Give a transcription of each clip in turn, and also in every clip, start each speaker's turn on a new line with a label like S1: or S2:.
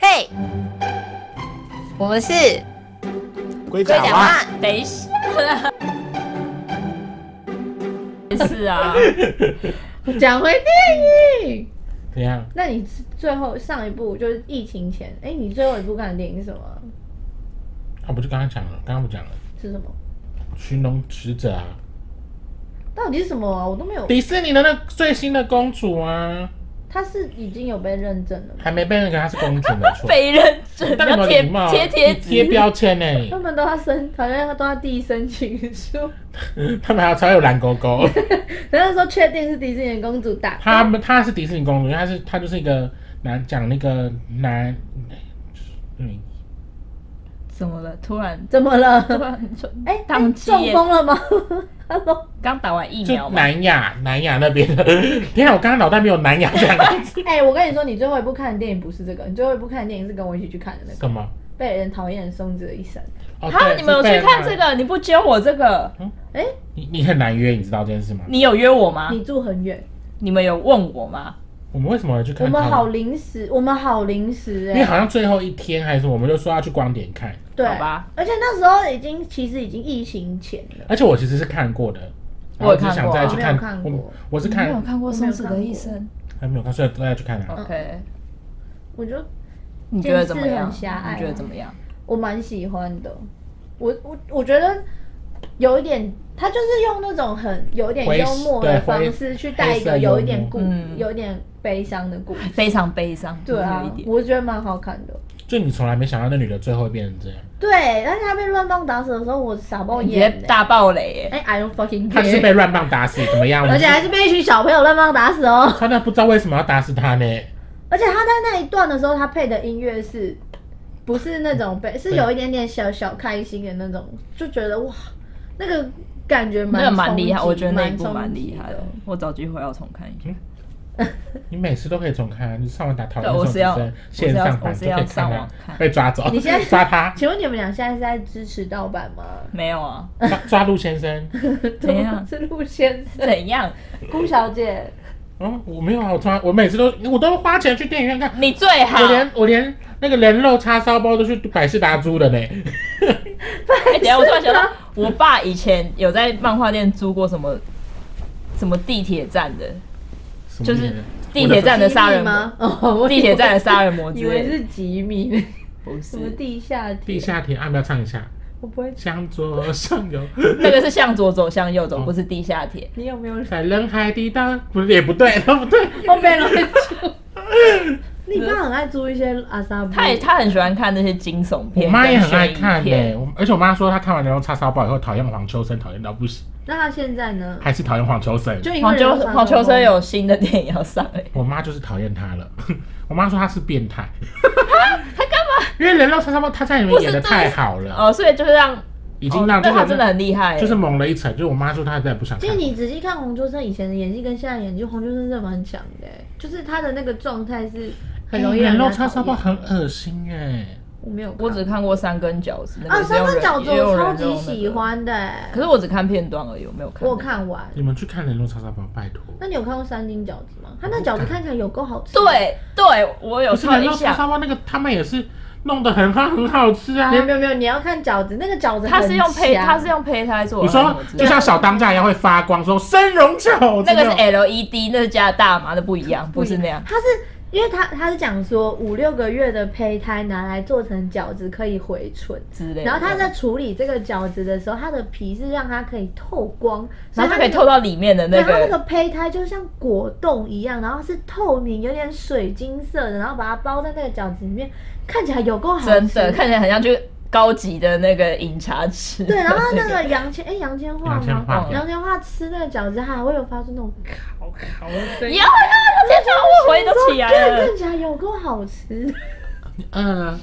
S1: 对，我们是
S2: 龟
S1: 龟
S2: 甲
S1: 甲
S2: 蛙，
S1: 蛙。
S3: 等一下，是啊，
S4: 讲回电影，
S2: 怎样？
S4: 那你最后上一部就是疫情前，哎、你最后一部看的电影是什么？
S2: 啊，不就刚刚讲了，刚刚不讲了，
S4: 是什么？
S2: 《寻龙使者》啊，
S4: 到底是什么啊？我都没有。
S2: 迪士尼的那最新的公主啊，
S4: 它是已经有被认证了吗？
S2: 还没被那个她是公主没错，
S3: 被认证，
S2: 但你
S3: 要
S2: 有没有
S3: 贴
S2: 礼貌？
S3: 贴贴
S2: 你贴
S3: 纸，
S2: 标签呢、
S4: 他们都要申，好像都要递申请书。
S2: 他们还要才有蓝勾 勾。
S4: 然后说确定是迪士尼公主打，
S2: 他们他是迪士尼公主，因为他是他就是一个男讲那个男，嗯，
S3: 怎么了？突然，
S4: 怎么了？
S3: 突然就，
S4: 哎、
S3: 他们
S4: 哎
S3: 企
S4: 中
S3: 业
S4: 风了吗 ？Hello，
S3: 刚打完疫苗
S2: 就
S3: 嘛，
S2: 南亚南亚那边的。 天啊，我刚刚脑袋没有南亚这样 子。
S4: 哎、我跟你说，你最后一部看的电影不是这个，你最后一部看的电影是跟我一起去看的那个
S2: 什么？
S4: 被人讨厌的松子的一生。
S2: 哦，
S3: 哈，
S2: 对
S3: 你们有
S2: 是贝尔
S3: 去看
S2: 纳
S3: 这？个？你不揪我这个，
S4: 哎、
S2: 你你很难约，你知道这件事吗？
S3: 你有约我
S2: 啊
S3: 吗？
S4: 你住很远，
S3: 你们有问我吗？
S2: 我们为什么要去看？
S4: 我们好，临时，我们好临时
S2: 因
S4: 哎、
S2: 为好像最后一天还是什么，我们就说要去光点看。
S4: 对
S3: 好吧，
S4: 而且那时候已经其实已经疫情前了，
S2: 而且我其实是看过的，然
S3: 我
S2: 后
S3: 有
S2: 只是想再去
S4: 看过啊我没有看
S2: 我
S4: 过
S2: 我是看
S3: 看过
S4: 松子的一生
S2: 还没有看，所以都要去看啊。
S3: ？OK，
S4: 我就
S3: 你觉得怎么
S4: 电视
S3: 样？
S4: 很狭隘啊
S3: 你觉得怎么样？
S4: 我蛮喜欢的。我我我觉得有一点，他就是用那种很有一点
S2: 灰
S4: 幽默的
S2: 对灰
S4: 方式去带一
S2: 黑色
S4: 个
S2: 幽默
S4: 有一点故、
S3: 嗯
S4: 有一点悲伤的故事。
S3: 非常悲伤，
S4: 对
S3: 有
S4: 啊
S3: 一，点
S4: 我觉得蛮好看的。
S2: 就你从来没想到那女的最后会变成这样，
S4: 对，但是他被乱棒打死的时候，我傻爆
S3: 你直接
S4: 眼、欸。
S3: 大爆雷耶！
S4: 哎、i don't fucking
S2: 她就是被
S4: care。
S2: 乱棒打死，怎么样？
S4: 而且还是被一群小朋友乱棒打死哦。
S2: 他那不知道为什么要打死他呢？
S4: 而且他在那一段的时候，他配的音乐是，不是那种被，是有一点点小小开心的那种，就觉得哇，那个感觉蛮
S3: 那个蛮厉害，
S4: 冲击
S3: 我觉得那一部
S4: 冲击
S3: 蛮厉害的，我找机会要重看一下。
S2: 你每次都可以重看啊，你上网打讨
S3: 对
S2: 论
S3: 我
S2: 宋
S3: 是
S2: 子
S3: 要
S2: 生线上版
S3: 我是
S2: 就
S3: 要
S2: 可以
S3: 我是要上
S2: 看
S3: 网
S2: 啊
S3: 看，
S2: 被抓走，
S4: 你现在
S2: 抓他，
S4: 请问你们俩现在是在支持盗版吗？
S3: 没有啊？
S2: 抓抓陆先生。
S3: 怎样
S4: 是陆先生、
S3: 怎样？
S4: 顾小姐，
S2: 嗯，我没有啊，我从来我每次都我都花钱去电影院看，
S3: 你最好
S2: 我连我连那个人肉叉烧包都去百事达租的呢。
S3: 哎、等一
S4: 啊
S3: 下，我突然想到，我爸以前有在漫画店租过什么什么地铁站的，
S2: 什么
S3: 就是
S2: 电影院
S3: 地铁站的杀人
S4: 吉米
S3: 魔，
S4: 吗？哦，我以为
S3: 地铁站的杀人魔之
S4: 以为
S3: 类的，
S4: 是吉米，
S3: 不
S4: 什么
S3: 是
S4: 地下铁？
S2: 地下铁，啊，不要唱一下，
S4: 我不会，
S2: 向左向右，
S3: 那个是向左走，向右走，
S2: 哦
S3: 不是地下 铁。
S4: 你有没有？
S2: 在人海抵达，不是也不对， 都不对。
S4: 我被人住。你爸很爱租一些阿萨布，
S3: 他也他很喜欢看那些惊悚片，
S2: 我妈也很爱
S3: 跟
S2: 看欸
S3: 悬疑
S2: 呢、
S3: 片。
S2: 我而且我妈说她看完人肉叉烧包以后，讨厌黄秋生，讨厌到不行，
S4: 那他现在呢？
S2: 还是讨厌黄秋生。
S4: 就因为
S3: 黄秋
S4: 人家
S3: 黄秋生有新的电影要上、哎，
S2: 我妈就是讨厌他了， 我妈说他是变态。
S3: 啊
S2: 他 干嘛？因为人肉叉烧包他在里面演的太好了，
S3: 哦，所以就是让
S2: 已经让
S3: 哦那
S2: 这
S3: 他
S2: 个
S3: 真的很厉害、哎
S2: 就是蒙了一层。就是我妈说她再也不想
S4: 其
S2: 看
S4: 实。你仔细看黄秋生以前的演技跟现在的演技，黄秋生真的蛮强的欸，就是他的那个状态是很容易
S2: 哎
S4: 让
S2: 人肉
S4: 人
S2: 叉
S4: 家
S2: 烧
S4: 讨
S2: 包
S4: 厌。
S2: 很恶心哎、
S4: 我没有看，
S3: 我只看过三根饺子，那
S4: 啊
S3: 个是
S4: 三
S3: 用
S4: 分
S3: 人
S4: 饺子
S3: 也有
S4: 我超
S3: 人
S4: 级
S3: 肉那个
S4: 喜欢的欸，
S3: 可是我只看片段而已，我没有看。
S4: 我有。看完。
S2: 你们去看人肉叉烧包，拜托。
S4: 那你有看过三斤饺子吗？他那饺子看起来有够好吃。，
S3: 对对，我有
S2: 不是
S3: 看
S2: 人
S3: 一
S2: 肉叉
S3: 下，
S2: 烧包那个他们也是弄得很好很好吃啊
S4: 没。有没有没有，你要看饺子，那个饺子
S3: 它是用胚，
S4: 胚，
S3: 它是用胚胎做
S2: 你
S3: 的。
S2: 说
S3: 我知道
S2: 就像小当家一样会发光，说生荣饺子
S3: 那个是
S2: 种
S3: LED，那是加拿大嘛，那不一样，不是那样。
S4: 他是因为他他是讲说五六个月的胚胎拿来做成饺子可以回春。
S3: 之类的。
S4: 然后他在处理这个饺子的时候，它的皮是让它可以透光，所
S3: 然后
S4: 以它
S3: 就可以
S4: 那个
S3: 透到里面的那
S4: 对它那
S3: 个
S4: 个胚胎就像果冻一样，然后是透明，有点水晶色的，然后把它包在那个饺子里面，看起来有够好吃。
S3: 真的看起来很像去高级的那个饮茶吃。
S4: 对，然后 那个杨千哎杨千嬅
S2: 杨千
S4: 吗？
S2: 嬅
S3: 嗯
S4: 杨千嬅吃那个饺子，它还会有发出那种
S3: 你要啊，天哪，我回都起来
S4: 看
S3: 了。
S4: 看起来有够好吃，
S2: 嗯，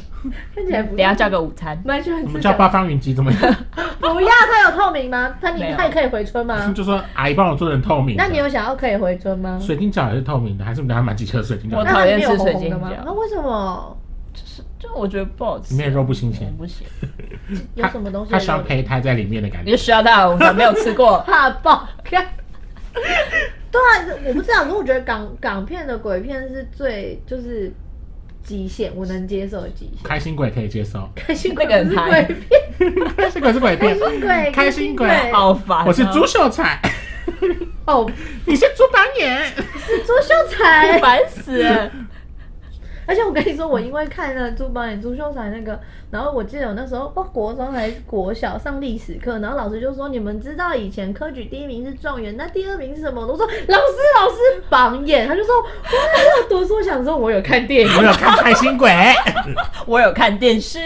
S4: 看起来不
S3: 等一下叫个午餐，
S4: 蛮喜欢
S2: 我
S4: 吃
S2: 们叫
S4: 饺
S2: 八
S4: 子。
S2: 方云集怎么样？
S4: 不要，它有透明吗？它你
S3: 没有
S4: 它也可以回春
S3: 嗯
S4: 吗？
S2: 就说阿姨帮我做成透明的。
S4: 那你有想要可以回春吗？
S2: 水晶饺也是透明的，还是我们等下买几颗水晶
S3: 我
S2: 饺？
S4: 那它
S3: 讨厌
S4: 里面
S3: 吃
S4: 有红
S3: 水
S4: 红的
S3: 晶
S4: 吗
S3: 饺
S4: 那为什么
S3: 就是就我觉得不好吃
S2: 里，面的肉不新鲜
S3: 嗯，不行，
S4: 有什么东西。
S2: 它需要胚胎在里面的感
S3: 你
S2: 觉
S3: 就。需要大午餐没有吃过
S4: 怕爆 看。对啊，我不知道，可是我觉得港港片的鬼片是最就是极限，我能接受的极限。
S2: 开心鬼可以接受，
S4: 开心鬼
S3: 那个
S4: 不是
S3: 很
S4: 鬼
S3: 嗨
S4: 片，
S2: 开心鬼是鬼
S4: 开
S2: 片，
S4: 心鬼，
S2: 开心鬼
S3: 好烦哦、
S2: 我是朱秀 才，
S4: 哦，
S2: 你是朱榜眼，
S4: 是朱秀 才。
S3: 烦死了。
S4: 而且我跟你说，我因为看了朱宝演朱秀才那个，然后我记得我那时候不国中还是国小上历史课，然后老师就说你们知道以前科举第一名是状元，那第二名是什么？我都说老师老师榜眼，他就说哇我有读书，想说我有看电影，
S2: 我有看开心鬼，
S3: 我有看电视，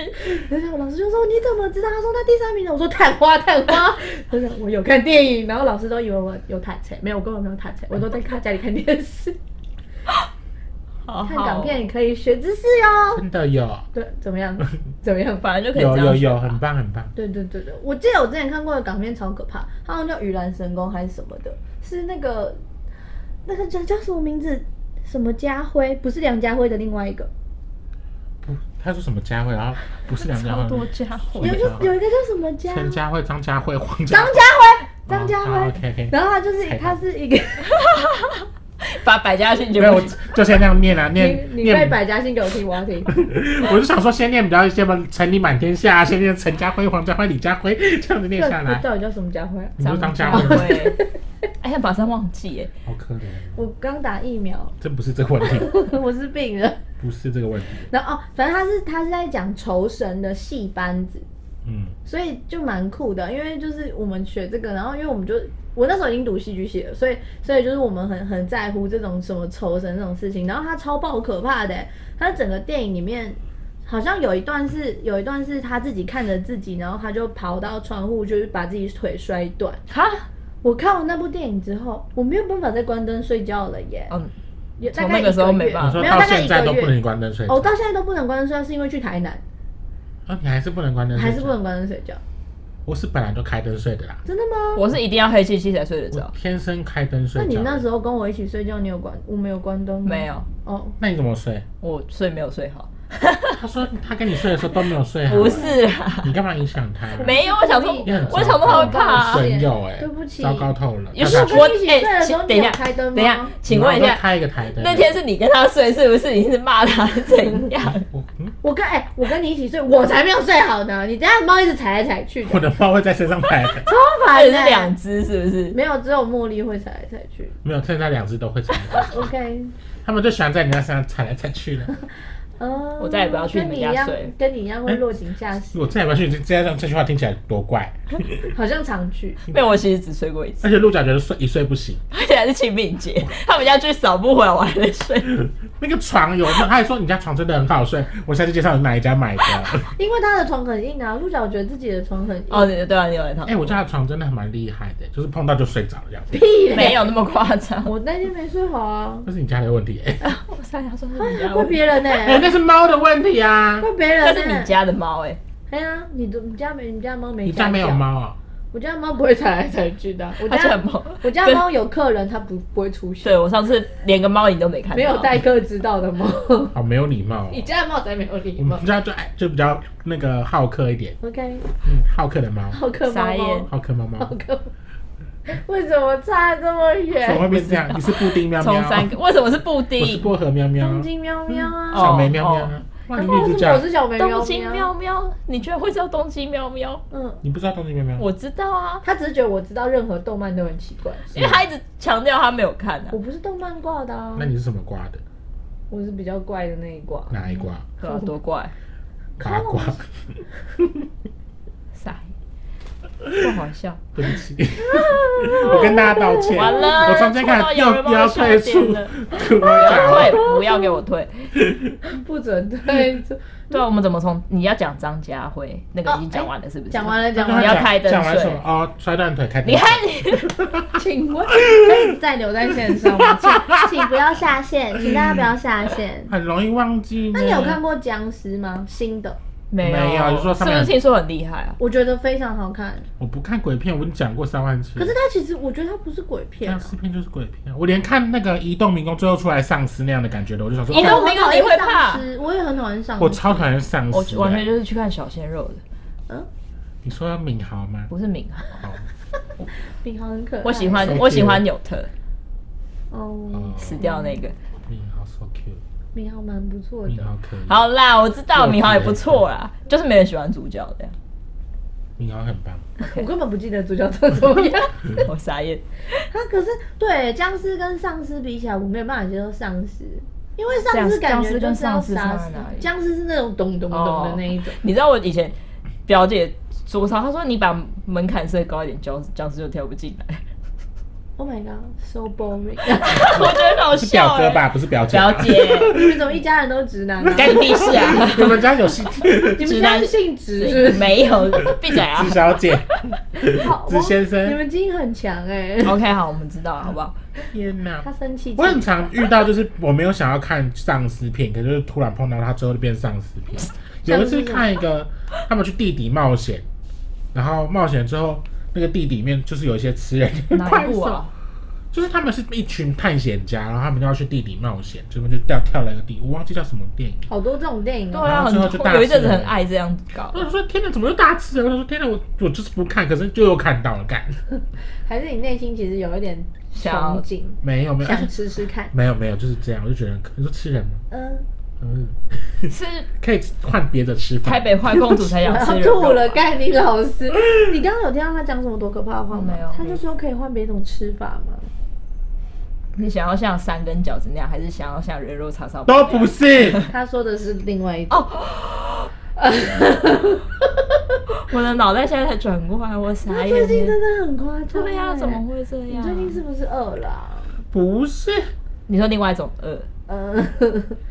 S4: 然后老师就说你怎么知道？他说那第三名呢？我说探花探花，他说我有看电影，然后老师都以为我有坦诚，没有，我根本没有坦诚，我都在看家里看电视，
S3: 好
S2: 哦
S4: 看
S3: 好
S4: 港片，也可以学知识 哟。
S2: 真的有，
S4: 对，怎么样？怎么样？
S3: 本来就可以
S2: 有
S3: 这样
S2: 有
S3: 学
S2: 有，
S3: 吧
S2: 很棒很棒。
S4: 对对对对，我记得我之前看过的港片超可怕，好像叫《盂兰神功》还是什么的，是那个那个叫叫什么名字？什么家辉？不是梁家辉的另外一个，
S2: 不，他说什么佳慧，然后不是梁家
S3: 超多
S2: 慧，
S3: 家伙
S2: 我也
S4: 有一
S2: 不
S4: 个
S2: 知道
S4: 有一个叫什么家？
S2: 陈佳慧、张佳慧、黄家
S4: 张
S2: 哦啊
S4: 家辉，张家辉。
S2: ，OK OK。
S4: 然后他就是
S2: 猜到
S4: 他是一个，
S3: 把百家姓全
S2: 没有，
S3: 部
S2: 我就先那样念啊，念
S4: 你你背
S2: 念，
S4: 百家姓给我听，我要听。
S2: 我就想说先念比较，先把陈李满天下，啊先念陈家辉、黄家辉、李家辉这样子念下
S4: 那
S2: 来，
S4: 到底叫什么家辉啊？
S2: 你就当家
S3: 张
S2: 辉，
S3: 辉。哎呀，马上忘记哎，
S2: 好可怜哦，
S4: 我刚打疫苗，
S2: 这不是这个问题，
S4: 我是病人。
S2: 不是这个问题，
S4: 然后哦，反正他是他是在讲酬神的戏班子，
S2: 嗯，
S4: 所以就蛮酷的，啊因为就是我们学这个，然后因为我们就我那时候已经读戏剧系了，所以所以就是我们很很在乎这种什么酬神这种事情，然后他超爆可怕的欸，他整个电影里面。好像有一段是有一段是他自己看着自己，然后他就跑到窗户，就是把自己腿摔断。
S3: 哈，
S4: 我看完那部电影之后，我没有办法再关灯睡觉了耶。
S3: 嗯，
S4: 有大
S3: 从
S4: 概
S3: 那个
S4: 一
S3: 时候没
S4: 月
S3: 办
S2: 你
S3: 法
S2: 说
S4: 没有
S2: 到
S4: 大概
S2: 现
S4: 一
S2: 在
S4: 个
S2: 都不能
S4: 月。
S2: 关灯睡
S4: 哦，
S2: 觉，
S4: 到现在都不能关灯睡觉，是因为去台南，
S2: 啊，你还是不能关灯，
S4: 还是不能，关灯睡觉？
S2: 我是本来就开灯睡的啦，
S4: 真的吗？
S3: 我是一定要黑漆漆才睡得
S2: 我
S3: 着，
S2: 天生开灯睡
S4: 哦那
S2: 觉，
S4: 你那时候跟我一起睡觉，你有关？我没有关灯吗？
S3: 没有。，
S4: 哦，
S2: 那你怎么睡？
S3: 我睡没有睡好，
S2: 他说他跟你睡的时候都没有睡好，啊
S3: 不，是啦，
S2: 你干嘛影响他？
S3: 没有，我想说
S2: 嗯你很糟，糕
S3: 我想说他会怕啊。
S2: 损友哎，
S4: 对不起
S2: 糟糕透了，
S3: 也
S2: 大
S3: 是
S2: 家
S4: 跟
S3: 我
S4: 你一起
S3: 哎
S4: 睡的时候
S3: 请
S4: 你
S3: 等一
S4: 有
S3: 下
S4: 开灯吗
S3: 等一下，请问一
S2: 然
S3: 下
S2: 后，开一个台灯，
S3: 那天是你跟他睡，是不是？你是骂他还是怎 样？
S2: 我嗯。
S4: 我跟哎、我跟你一起睡，我才没有睡好呢。你等下猫一直踩来踩去 的，
S2: 我的猫会在身上拍的，
S4: 超
S3: 他
S4: 烦
S3: 也
S4: 的、
S3: 是两只，是不是？
S4: 没有，只有茉莉会踩来踩去。
S2: 没有，现在两只都会踩的，
S4: OK，
S2: 它们就喜欢在你那身上踩来踩去的。
S4: 嗯，
S3: 我再也不要去
S4: 跟
S3: 你
S4: 你
S3: 们
S4: 一
S3: 家
S4: 样
S3: 睡，
S4: 跟你一样会落井下石，
S2: 我再也不要去，这这样这句话听起来多怪。哎
S4: 好像常去。
S3: 被我其实只睡过一次，
S2: 而且鹿角觉得睡一睡不醒，
S3: 而且还是清明节，他们家去扫不回来，我还在睡。
S2: 那个床有，他还说你家床真的很好睡，我下次介绍你哪一家买的。
S4: 因为他的床很硬啊，鹿角觉得自己的床很硬。
S3: 哦，对对啊，你有一套
S2: 哎、，我家的床真的还蛮厉害的，就是碰到就睡着了这样子。
S4: 屁嘞，
S3: 没有那么夸张。
S4: 我那天没睡好啊，
S2: 那是你家的问题、欸，
S4: 哎
S3: 我三牙说是你 家
S4: 怪
S3: 问题，
S4: 别人呢、
S2: 哎、那是猫的问题啊。
S4: 怪别人、
S3: 那
S4: 欸。
S3: 是你？家的猫哎，
S4: 哎呀，你的你家没你家猫没？
S2: 你家没有？猫啊、
S4: 我家猫不会踩来踩去的啊。我
S3: 它是
S4: 家
S3: 很猫。
S4: 我家
S3: 对
S4: 猫有客人，它不不会出现，
S3: 对我上次连个猫影都没看到，
S4: 没有待客之道的猫。
S2: 好没有礼貌、
S4: 你
S2: 哦。
S4: 家的猫才没有礼
S2: 我
S4: 貌
S2: 们。家就爱嗯就比较那个好客一点，
S4: OK，
S2: 嗯，好客的 猫，
S4: 好客猫
S3: 傻眼
S4: 猫，
S2: 好客猫猫，
S4: 好客。为什么差这么
S2: 怎么
S4: 远？
S2: 会变这样？你是布丁喵
S3: 从三
S2: 喵，
S3: 个，为什么是布
S2: 我是
S3: 丁？
S2: 薄荷喵喵，
S4: 东京喵喵啊！
S2: 小梅喵喵
S3: 哦哎
S2: 啊，哇，
S4: 然
S2: 你
S4: 后
S2: 女
S4: 为
S2: 主
S4: 什么我
S2: 角，
S4: 是小梅喵
S3: 东京喵？喵，你居然会知道东京喵喵？
S4: 嗯，
S2: 你不知道东京喵喵？
S3: 我知道啊，
S4: 他只是觉得我知道任何动漫都很奇怪，
S3: 因为他一直强调他没有看啊
S4: 我。不是动漫挂的啊
S2: 那，你是什么挂的？
S4: 我是比较怪的那一挂。
S2: 哪一挂？
S3: 对啊，多怪，
S2: 八卦？
S3: 哦傻， 不好笑。
S2: 对不 起，我跟大家道歉。
S3: 完了，
S2: 我从今天开
S3: 戳到
S2: 始
S3: 有
S2: 又
S3: 人
S2: 又
S3: 帮我
S2: 要
S3: 笑
S2: 退
S3: 点
S2: 出
S3: 了哎
S2: 土耳
S3: 退，不要给我退。
S4: 不准对，
S3: 对啊，我们怎么从你要讲张家辉那个已 经讲完了是不是？
S4: 讲完了，讲
S2: 其。
S4: 完
S3: 你
S4: 了，
S3: 要开灯
S2: 讲完
S3: 睡
S2: 什么？哦，摔断腿开灯。
S3: 你看你，
S4: 请问可以再留在线上吗？请请不要下线，请大家不要下线。
S2: 很容易忘记。
S4: 那你有看？过僵尸吗？新的，
S3: 没
S2: 没有你说
S3: 是
S2: 上
S3: 不
S2: 面
S3: 是听说很厉害啊？
S4: 我觉得非常好看。
S2: 我不看鬼片，我已经讲过三万次。
S4: 可是它其实，我觉得它不是鬼片、
S2: 僵
S4: 啊，
S2: 尸片就是鬼片，我连看那个《移动民工》最后出来丧尸那样的感觉的，我就想说，
S3: 移动
S2: 哦
S4: 我很讨
S3: 你会
S4: 厌
S3: 怕
S4: 丧尸，我也很讨厌丧尸。
S2: 我超讨厌丧
S3: 我
S2: 尸
S3: 完全
S2: 的。
S3: 就是去看小鲜肉的，
S2: 你说敏豪吗？
S3: 不是敏豪。
S2: 好
S4: 饼好很可爱。
S3: 我喜欢
S2: 谁
S3: 我喜欢纽特
S4: 哦，
S2: 哦
S3: 死掉那个，
S2: 敏豪 so cute。
S4: 明豪蛮不错
S2: 明
S4: 的，
S2: 豪可以，
S3: 好啦，我知道
S2: 我
S3: 敏豪也
S2: 觉
S3: 不
S2: 得
S3: 错啦，就是没人喜欢主角这样。
S2: 明豪很棒。
S4: 我根本不记得主角长怎么样。
S3: 我傻眼，
S4: 他可是对僵尸跟丧尸比起来，我没有办法接受丧尸，因为丧尸感
S3: 僵
S4: 觉
S3: 尸
S4: 就
S3: 跟
S4: 是
S3: 丧
S4: 要
S3: 尸
S4: 杀
S3: 差在
S4: 死
S3: 哪里
S4: 僵尸是那种咚咚咚的那一 种。
S3: 你知道我以前表姐说啥？她说你把门槛设高一点，僵僵尸就跳不进来。
S4: Oh my god，so boring！
S3: 我觉 得很好
S2: 是
S3: 笑、
S2: 表
S3: 欸。
S2: 哥吧，不是表姐。
S3: 表姐，
S4: 你们怎么一家人都直男、 啊？
S3: 干你屁事啊！
S2: 你们家有是
S4: 你们家是姓直是不
S3: 没有，闭嘴 啊
S2: 子小姐、
S4: 是？好
S2: 子先
S4: 你
S2: 生。
S4: 们基因很强哎、
S3: ！OK，好，我们知道了，好不好？
S2: 天哪
S4: 他！生气气，
S2: 我很常遇到，就是我没有想要看丧尸片，可就是突然碰到它之后就变丧尸片。有一次看一个，他们去地底冒险，然后冒险之后，那个地底里面就是有一些吃人的
S3: 哪
S2: 怪
S3: 一部
S2: 兽
S3: 啊，？
S2: 就是他们是一群探险家，然后他们就要去地底冒险，这边就掉跳了一个地，我忘记叫什么电影。
S4: 好多这种电影
S3: 对
S4: 哦、
S3: 啊，
S2: 然后
S3: 很
S2: 之后就大
S3: 有一阵子
S2: 吃了
S3: 很爱这样搞
S2: 我。想说天哪，怎么又大吃了？我想说天哪，我我就是不看，可是就又看到了， 干
S4: 还是你内心其实有一点憧憬，
S2: 没有没有，而且
S4: 想吃吃看。
S2: 没有没有，就是这样，我就觉得很可你说吃人吗？
S4: 嗯，
S2: 嗯，
S3: 是
S2: 可以换别的吃法。
S3: 台北坏公主才想
S4: 然
S3: 吃
S4: 后
S3: 人 肉
S4: 吐了，盖你老师。 你刚刚有听到他讲什么多可怕的话吗？
S3: 没有
S4: 他就说可以换别种吃法吗？
S3: 你想要像三根饺子那样，还是想要像人肉叉烧包
S2: 都不是，
S4: 他说的是另外一种。
S3: 哦。我的脑袋现在才转过来，我傻
S4: 他
S3: 眼
S4: 最近真
S3: 了。
S4: 的很夸张、欸
S3: 对呀、怎么？会啊这
S4: 你
S3: 样？
S4: 最近是不是饿了啊、
S2: 不是。
S3: 你说另外一种饿
S4: 嗯，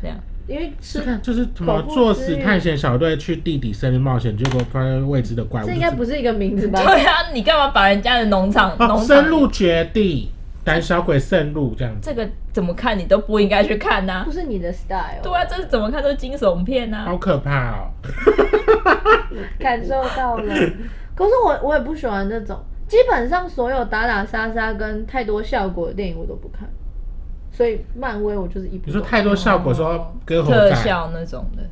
S3: 这样，
S4: 因为吃
S2: 你看，就是什么
S4: 恐怖
S2: 作
S4: 之
S2: 死
S4: 旅
S2: 探险小队去地底森林冒险，结果发现未知的怪物。
S4: 这应该
S2: 就
S4: 不是一个名字吧？
S3: 对啊呀、你干嘛把人家的农场、农
S2: 哦，
S3: 场
S2: 深入绝地，胆小鬼渗入这样子。
S3: 这个怎么看你都不应该去看呐、
S4: 不是你的 style。
S3: 对啊，这是怎么看都是惊悚片呐、
S2: 好可怕哦！
S4: 感受 到了。可是我我也不喜欢这种，基本上所有打打杀杀跟太多效果的电影我都不看，所以漫威我就是一部
S2: 你
S4: 都
S2: 说
S4: 不看。
S2: 太多效果，说割喉
S3: 特
S2: 战，
S3: 效那种的。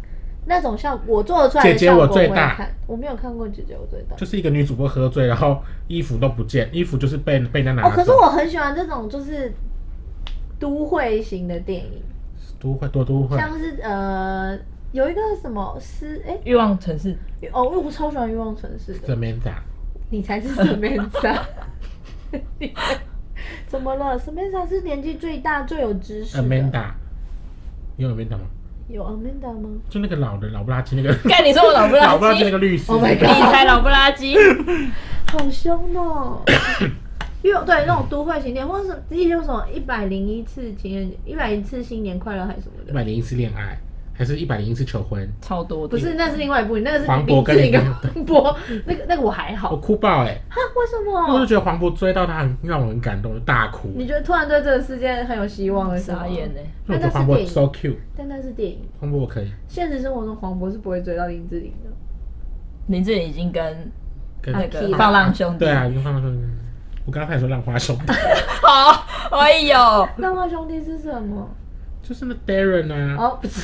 S4: 那种效果我做得出来的
S2: 姐姐
S4: 效果
S2: 我最
S4: 会
S2: 大
S4: 看，我没有看过姐姐我最大。
S2: 就是一个女主播喝醉，然后衣服都不见，衣服就是被被人家拿
S4: 哦，
S2: 走。
S4: 可是我很喜欢这种就是都会型的电影，
S2: 都会多都会，
S4: 像是呃有一个什么是哎、
S3: 欲望城市，
S4: 哦，因为我超喜欢《欲望城市》的
S2: 这，边打
S4: 你才是 Samantha。你怎么了？Samantha 是年纪最大、最有知识的。
S2: Amanda，你有 Amanda 吗？
S4: 有 Amanda 吗？
S2: 就那个老的老不拉几那个
S3: 看你说我老不
S2: 老
S3: 拉
S2: 不拉几那
S3: 几，
S2: 个律师。
S4: Oh my
S3: 你
S4: god
S3: 才老不拉 几。
S4: 好凶哦！因为对那种都会型店，或者是自己就什么一百零一次情人节、一百零次新年快乐还是什么
S2: 一
S4: 的，
S2: 百零一次恋爱，还是一百零一次求婚？
S3: 超多的，
S4: 不是，那是另外一部，那个是
S2: 黄渤跟林
S4: 林志玲跟黄渤，那个那个我还好
S2: 我。哭爆哎、
S4: 哈，为什
S2: 我就
S4: 么？
S2: 觉得黄渤追到他很让我很感动，大哭。
S4: 你觉得突然对这个世界很有希望了？是吗
S3: 傻眼欸呢、
S2: 因为我觉得黄
S4: 那
S2: 渤
S4: 是
S2: so cute，
S4: 但那是电影，
S2: 黄渤我可以
S4: 现实生活中黄渤是不会追到林志玲 的。
S3: 林志颖已经跟
S2: 跟
S3: 那
S4: 啊
S3: 个
S4: 屁
S3: 放浪兄弟
S2: 对啊，跟放浪兄弟。我刚才说浪花兄弟，
S3: 好，哎呦，
S4: 浪花兄弟是什 么？
S2: 就是那 Darren 啊、
S4: 哦，不是。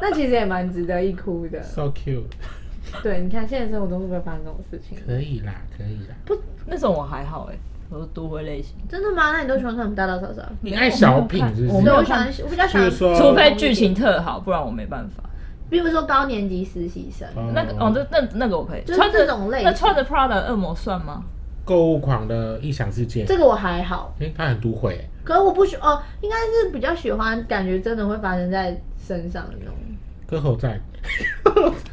S4: 那其实也蛮值得一哭的。
S2: s o cute，
S4: 对，你看现实生活中是不会发生这种事情。
S2: 可以啦，可以啦。
S3: 那种我还好哎、我是都会类型，
S4: 真的吗？那你都喜欢看大大小小？
S2: 你爱小品是
S3: 我
S2: 不
S3: 没
S4: 对，
S3: 有
S4: 我
S2: 是？
S4: 喜欢，我比较喜
S2: 比如
S4: 欢，
S2: 说
S3: 除非剧情，特好，不然我没办法。
S4: 比如说高年级实习生，
S2: 哦
S3: 那个哦，那那那个我可以，
S4: 就是
S3: 穿着
S4: 这种类型
S3: 那穿着 Prada 的恶魔算吗？
S2: 购物狂的异想世界，
S4: 这个我还好，
S2: 哎、他很都会、欸，
S4: 可是我不喜哦，应该是比较喜欢感觉真的会发生在身上的那种。
S2: 歌喉战，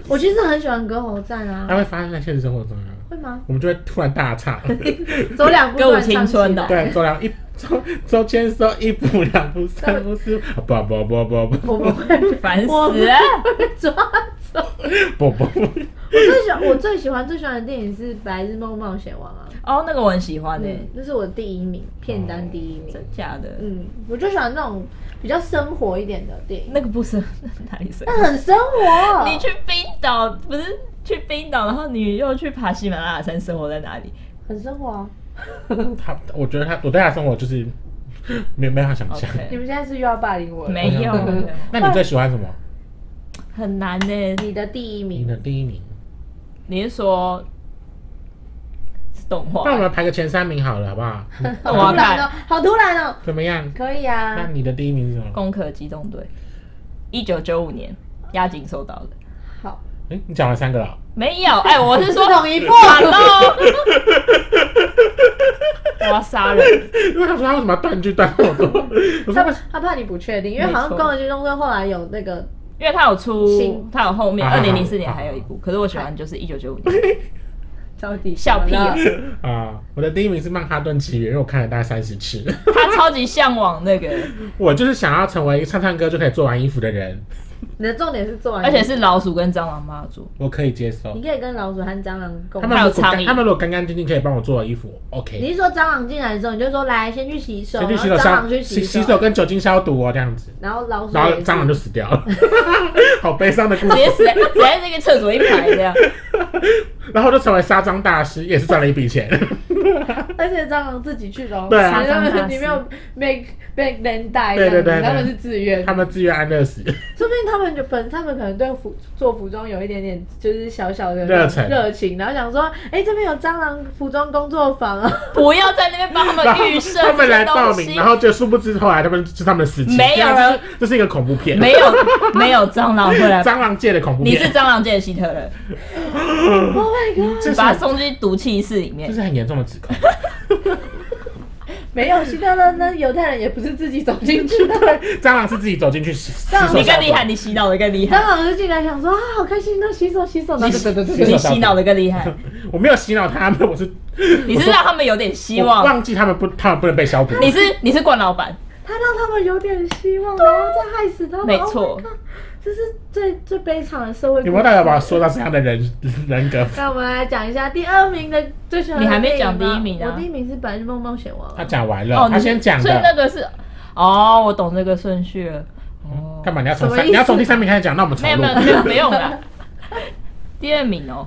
S4: 我其实很喜欢歌喉战
S2: 他
S4: 啊，
S2: 会发生在现实生活中啊，
S4: 会吗？
S2: 我们就会突然大唱，
S4: 走两步
S3: 歌舞
S4: 突然唱
S3: 青
S4: 起
S3: 春的
S4: 来
S2: 对，走两一周周间说一步两步三步四步，不不不不不
S4: 我不会
S3: 烦
S4: 我不
S3: 死了！
S4: 被抓走。
S2: 不不不，
S4: 我最喜欢我最喜欢最喜欢的电影是《白日梦冒险王》啊，
S3: 哦，那个我很喜欢诶
S4: 嗯，，那是我的第一名，片单第一名
S3: 真。假的？
S4: 嗯，我就喜欢那种比较生活一点的电影，
S3: 那个不是 哪里是？
S4: 那很生活。
S3: 你去冰岛不是去冰岛，然后你又去爬喜马拉雅山，生活在哪里？
S4: 很生活啊！
S2: 他我觉得他我对他的生活就是 没有没办法想象。嗯
S4: 你
S3: OK，
S4: 们现在是又要霸凌我了？
S3: 没有，没有
S2: 那你最喜欢什么？
S3: 很难欸呢、
S4: 你的第一
S2: 你
S4: 名
S2: 的第一名
S3: 你是说动画
S2: 那。我们排个前三名好了，好不好？
S3: 那我要
S4: 突然
S3: 看
S4: 哦
S3: 《
S4: 好突然哦，
S2: 怎么样？
S4: 可以
S2: 那
S4: 啊，
S2: 你的第一名是什么？
S3: 攻壳机动队》，一九九五年押井收到的。
S4: 好，
S2: 哎、你讲了三个了哦，
S3: 没有，哎、我 是说
S4: 不同一部
S3: 反喽。我要杀人，
S2: 因为他说他为什么要断句断那么多？我
S4: 他
S2: 说为什
S4: 他怕你不确定，因为好像
S3: 没错
S4: 《宫崎骏》后来有那个
S3: 因为他有出
S4: 行，
S3: 他有后面
S2: 好好
S3: 二
S2: 好
S3: 零零四年还有一部，可是我喜欢就是一九九五年。
S4: 到底
S3: 笑屁啊
S2: 么啊，我的第一名是《曼哈顿奇缘》，因为我看了大概三十次。
S3: 他超级向往那个，
S2: 我就是想要成为一个唱唱歌就可以做完衣服的人，
S4: 你的重点是做完，
S3: 而且是老鼠跟蟑螂妈做。
S2: 我可以接受
S4: 你。可以跟老鼠和蟑螂共
S2: 他们
S4: 舞。
S3: 还有
S2: 如果
S3: 苍
S2: 干
S3: 蝇
S2: 他们如果干干净净可以帮我做衣服
S4: 你
S2: ，OK。
S4: 是说蟑螂进来的时候，你就说来先去洗手，
S2: 先去洗手
S4: 然后蟑
S2: 消
S4: 螂去
S2: 洗
S4: 手，
S2: 洗手跟酒精消毒哦，这样子，
S4: 然后老鼠
S2: 然后
S4: 也是
S2: 蟑螂就死掉了， 好悲伤的故
S3: 直接
S2: 事。
S3: 死在死在那个厕所一排这样，
S2: 然后就成为杀蟑大师，也是赚了一笔钱。
S4: 而且蟑螂自己去的哦，
S2: 对啊
S4: 你没
S3: 蟑螂
S4: 有
S3: 自己
S4: 你没有被被连带，
S2: 对对对对
S4: 他们是自 愿，
S2: 他们自愿安乐死，
S4: 说不定他们就本他们可能对服做服装有一点点就是小小的
S2: 热忱
S4: 热情，然后想说，哎，这边有蟑螂服装工作坊 啊，
S3: 不要在那边帮他
S2: 然后
S3: 们预设
S2: 他们
S3: 这
S2: 来
S3: 些
S2: 报
S3: 东
S2: 名，
S3: 西
S2: 然。后就殊不知后来他们是他们的死期。
S3: 没有
S2: 这
S3: 人
S2: 是这是一个恐怖片，
S3: 没有没有蟑螂 会来，
S2: 蟑螂界的恐怖
S3: 你是
S2: 片，
S3: 蟑螂界的希特勒，
S4: ，Oh my god，
S2: 嗯这是
S3: 把他送进毒气室里
S2: 这
S3: 面。
S2: 是很严重的指控。
S4: 没有希特勒呢，犹太人也不是自己走进去 的，
S2: 蟑螂是自己走进去洗，洗
S4: 蟑螂
S2: 手
S3: 你
S2: 消
S3: 更
S2: 毒
S3: 厉害，你洗脑的更厉
S4: 蟑
S3: 害，
S4: 螂就进来想说啊，好开心，那洗手洗手，然后
S2: 你
S4: 就
S2: 洗
S3: 你洗脑的更厉害，
S2: 我没有洗脑他们，我是
S3: 你是让他们有点希
S2: 我
S3: 望。
S2: 忘记他们不，他们不能被消毒。
S3: 你是你是冠老板，
S4: 他让他们有点希望，然后再害死他们。
S3: 啊没
S4: Oh my
S3: 错
S4: God，这是最最悲惨的社会故事。
S2: 你们到底要把我说到怎样的人人格？
S4: 那我们来讲一下第二名的最喜欢的
S3: 你还没
S4: 电影
S3: 讲
S4: 吗
S3: 第一名啊
S4: 我第一名是《白日梦冒险王》
S2: 他
S4: 啊。
S2: 讲完
S3: 哦
S2: 了，，
S3: 你
S2: 他
S3: 是
S2: 先讲
S3: 所以那
S2: 的。
S3: 个是，哦，我懂这个顺序了。哦，
S2: 干嘛？你要从
S4: 什么意
S2: 三，
S4: 思
S2: 你要从第三名开始讲？那我们重
S3: 没有
S2: 录
S3: 没。有没有，不 用了。第二名哦，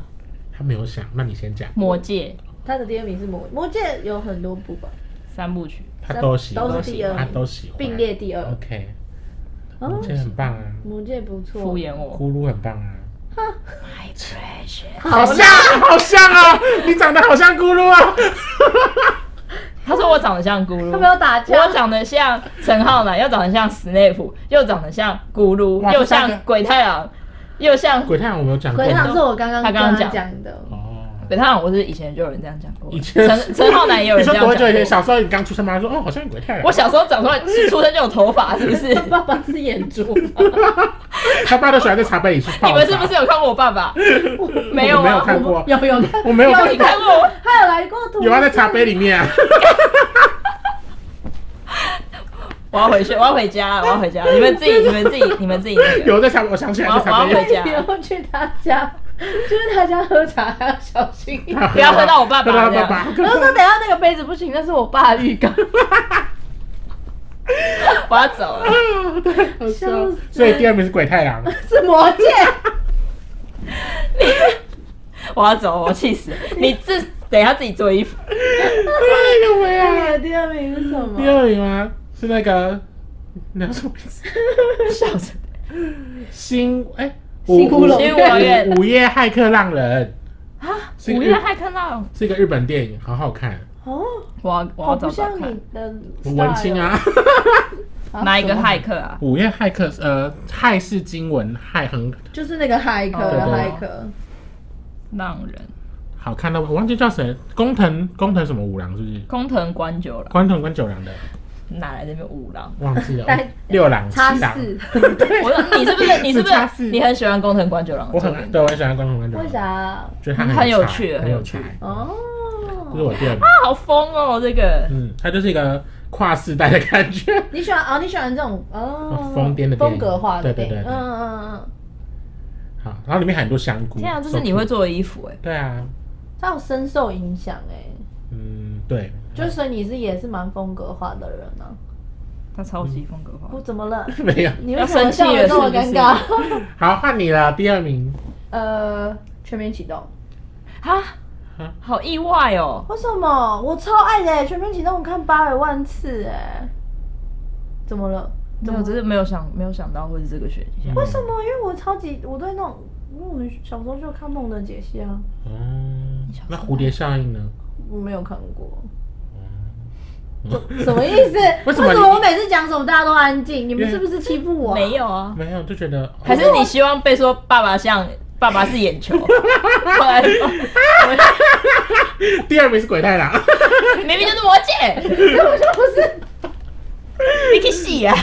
S2: 他没有想，那你先讲。
S3: 魔戒
S4: 他的第二名是魔《魔戒》，有很多部吧，
S3: 三部曲，
S2: 他都喜欢，
S4: 都是第二名
S2: 他都喜欢，
S4: 并列第二。
S2: OK，
S4: 哦
S2: 我觉得很棒啊，
S4: 魔戒》不错。
S3: 敷衍我。
S2: 咕噜很棒啊，
S3: My treasure。
S4: 好
S2: 像啊好像啊，你长得好像咕噜啊，
S3: 他说我长得像咕噜，
S4: 他们要打架
S3: 我长得像陈浩南，又长得像史内普，又长得像咕噜，
S2: 哇
S3: 又
S2: 这三
S3: 像
S2: 个
S3: 鬼太郎，又像
S2: 鬼太郎我没有讲过
S4: 鬼。堂是我刚刚
S3: 他
S4: 跟
S3: 刚刚
S4: 他
S3: 讲
S4: 讲的，
S2: 哦，
S3: 鬼太郎。我是以前就有人这样讲过
S2: 以，前
S3: 陈陈浩南也有
S2: 你
S3: 人这
S2: 说
S3: 样
S2: 多久以前？小
S3: 讲过。
S2: 时候你刚出生吗？他说哦，好像鬼太郎。
S3: 我小时候长出来，出生就有头发，是不 是？
S4: 爸爸是眼珠，
S2: 他爸都喜欢在茶杯里去泡。
S3: 你们是不是？有看过我爸爸？ 没有
S2: 我没有
S3: 啊，
S2: 看过，
S4: 有有看
S2: 我没有
S3: 有你看过我？
S4: 他有来过图，
S2: 有啊，在茶杯里面 啊。
S3: 我要回去，我要回家了，我要回家了。你们自己，你们自己，你们自己那个。
S2: 有在茶，我想起来在茶
S3: 我要
S2: 杯
S3: 回
S2: 里。
S3: 家
S4: 你要去他家，就是他家喝茶还要小心一点。
S2: 不
S3: 不要喝到我爸爸
S2: 喝到他
S3: 这
S2: 爸
S3: 样
S4: 然后说等一下那个杯子不行，那是我爸的浴 缸。
S3: 我要走了。
S2: 爸。
S4: 笑死
S2: 所以第二名是鬼太 郎，
S4: 是魔戒，
S3: 我要走，我气 死！你自等一下自己做衣服，
S2: 哎呦喂
S4: 那你
S2: 啊！
S4: 的第二名是什么？
S2: 第二名吗？是那个那叫什么名字？
S3: 笑死！
S2: 新哎，
S4: 新
S2: 午
S4: 乌龙
S2: 午
S3: 新乌龙院
S2: 午夜骇客浪人
S3: 啊！
S2: 是呃一
S3: 午
S2: 个
S3: 夜
S2: 日
S3: 还看到，
S2: 是一个日本电影，好好看，
S4: 哦，
S3: 我要我
S4: 好
S3: 要
S4: 不
S3: 找找
S4: 像
S3: 看
S4: 你啊的 style
S2: 文青，啊。
S3: 哪一个
S4: 什么
S3: 骇客啊？
S2: 午夜骇客呃，骇是经文，骇很
S4: 就是那个骇客的
S2: 哦
S4: 骇客，
S3: 浪人，
S2: 好看的，我忘记叫谁，工藤工藤什么五郎是不是？
S3: 工藤官九郎，
S2: 关藤跟九郎的
S3: 哪来这边五郎？
S2: 忘记 了
S4: 但，
S2: 六郎哦七
S4: 叉
S2: 郎，
S4: 四，
S3: 我说你是不 是你是不
S2: 是他是
S3: 是你很喜欢工藤官九郎的
S2: 我
S3: 作
S2: 很
S3: 品？
S2: 爱对我很喜欢关藤跟九郎，
S4: 为？啥？
S2: 觉得他很
S3: 很有
S2: 才
S3: 趣
S2: 很
S3: 很
S2: 有
S3: 有趣
S2: 才
S4: 哦，
S2: 这是我第二名。
S3: 啊，好疯哦！这个
S2: 嗯，它就是一个跨世代的感觉。
S4: 你喜欢哦，你喜欢这种哦
S2: 疯癫的电影
S4: 风格化的
S2: 对对
S4: 电影，
S2: 对
S4: 嗯
S2: 对
S4: 嗯嗯嗯，
S2: 好，然后里面很多香菇。
S3: 天啊，这是你会？做的衣服哎！
S2: 对啊，
S4: 他有深受影响哎，
S2: 嗯，对，
S4: 就所以你是也是蛮风格化的人啊，
S3: 他超级风格化
S4: 我，怎么 了？
S2: 没有。
S4: 你为什么笑得这么尴
S3: 要
S4: 尬？
S2: 好，换你了，第二名。
S4: 呃，全面启动。
S3: 哈
S2: 啊，
S3: 好意外哦！
S4: 为什么？我超爱的、欸全面启动》我看八百万次哎、怎么了？
S3: 没
S4: 怎
S3: 有，
S4: 么
S3: 只是没有想没有想到会是这个选项。
S4: 为什么？因为我超级，我对那种，因为我小时候就看《梦的解析》啊，
S2: 嗯？哦，那蝴蝶效应呢？哦
S4: 我没有看过。
S2: 嗯
S4: 什么意思？ 为
S2: 什么你
S4: 我每次讲什么大家都安静？你们是不是欺负我啊？
S3: 没有啊，
S2: 没有就觉得哦
S3: 还是你希望被说爸爸像爸爸是眼 球，后来说
S2: 第二名是鬼太郎，
S3: 明明就是我姐，
S4: 我说不是。
S3: 你去啊死呀！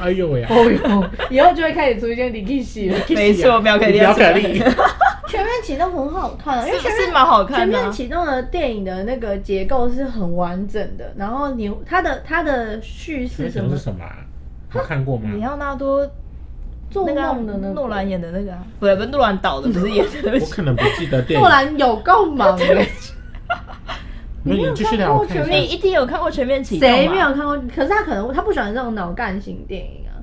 S2: 哎呦喂呀！
S4: 哦哟， 以后就会开始出现李立熙了。
S3: 没错，妙可
S2: 你
S3: 力，
S2: 不可力，
S4: 全面启动很好看啊，因为
S3: 是不
S4: 全
S3: 是
S4: 面
S3: 蛮好
S4: 全
S3: 看的
S4: 面
S3: 啊？
S4: 启动的电影的那个结构是很完整的，然后你它的它的叙事
S2: 那
S4: 什
S2: 什么
S4: 么
S2: 是什么啊？你看过
S3: 里
S2: 吗？
S3: 奥纳多
S4: 做
S3: 那个啊
S4: 梦的那个
S3: 诺兰演的那个啊，不对，不是诺兰导的，不是演的， 对不
S2: 我
S3: 起。
S2: 可能不记得电影
S4: 诺。兰有够忙的，
S2: 那你继续聊，我看
S3: 你
S2: 一下。
S3: 一定有看过《全面 启动》
S4: 谁
S3: 吧
S4: 没有？看过？可是他可能他不喜欢这种脑干型电影啊。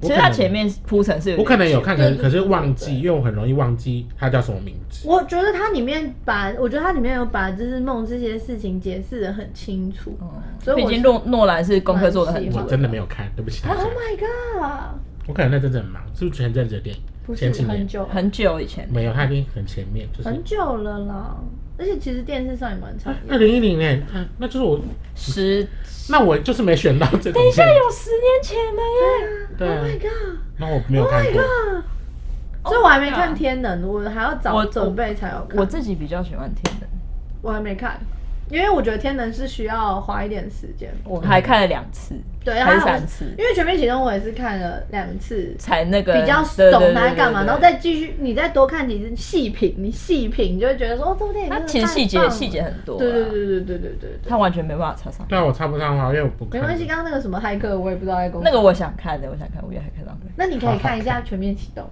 S3: 其实它前面铺陈是有
S2: 我
S3: 点
S2: 可能有看，可是
S4: 对对
S2: 可是忘
S4: 对
S2: 记，因为我很容易忘记它叫什么名字。
S4: 我觉得它里面把，我觉得它里面有把就是梦这些事情解释的很清楚，
S3: 哦
S4: 所
S3: 嗯
S4: 以
S3: 毕
S4: 我
S3: 竟诺诺兰是功课做的很足
S2: 我
S4: 蛮喜
S2: 真
S4: 欢
S2: 的没有看，对不起大家
S3: 啊
S4: Oh。my god，
S2: 我可能那阵子很忙，是不是前阵子的电影？
S4: 不
S2: 前
S4: 是
S2: 几
S4: 很
S2: 年
S4: 久
S3: 很久以前，
S2: 没有，它已经很前面，就是
S4: 很久了啦，而且其实电视上也蛮常
S2: 二
S4: 演。
S2: 零一零年，啊那就是我，
S3: 十
S2: 那我就是没选到这种片。等一下
S3: 有十年前了耶。
S2: 对
S4: Oh
S2: 啊
S4: my，god，Oh
S2: 那我没有看
S4: Oh my
S3: Oh
S2: 过。
S4: god，所以我还没看
S3: god
S4: 《天能》，我还要
S3: 我
S4: 早准备才有看。
S3: 我自己比较喜欢天能，
S4: 我还没看，因为我觉得《天能》是需要花一点时间。
S3: 我还看了两次，
S4: 对，
S3: 还
S4: 还
S3: 是
S4: 好
S3: 三次
S4: 因为《全面启动》我也是看了两次，
S3: 才那个
S4: 比较
S3: 对对
S4: 懂
S3: 对
S4: 它在干嘛，
S3: 对对
S4: 然后再继续，你再多看几次细品，你细品你就会觉得说，哦，这部电影
S3: 它
S4: 真的
S3: 其实
S4: 太
S3: 细节
S4: 棒了
S3: 细节很多，啊
S4: 对对，对对对对对对，
S3: 它完全没办法插上。
S2: 对啊，我插不上话，因为我不
S4: 没
S2: 看。
S4: 关系，啊刚刚那个什么骇客我也不知道在公
S3: 那 个我想看的，我想看，我也还看到那个，
S4: 那你可以看一下《全面启动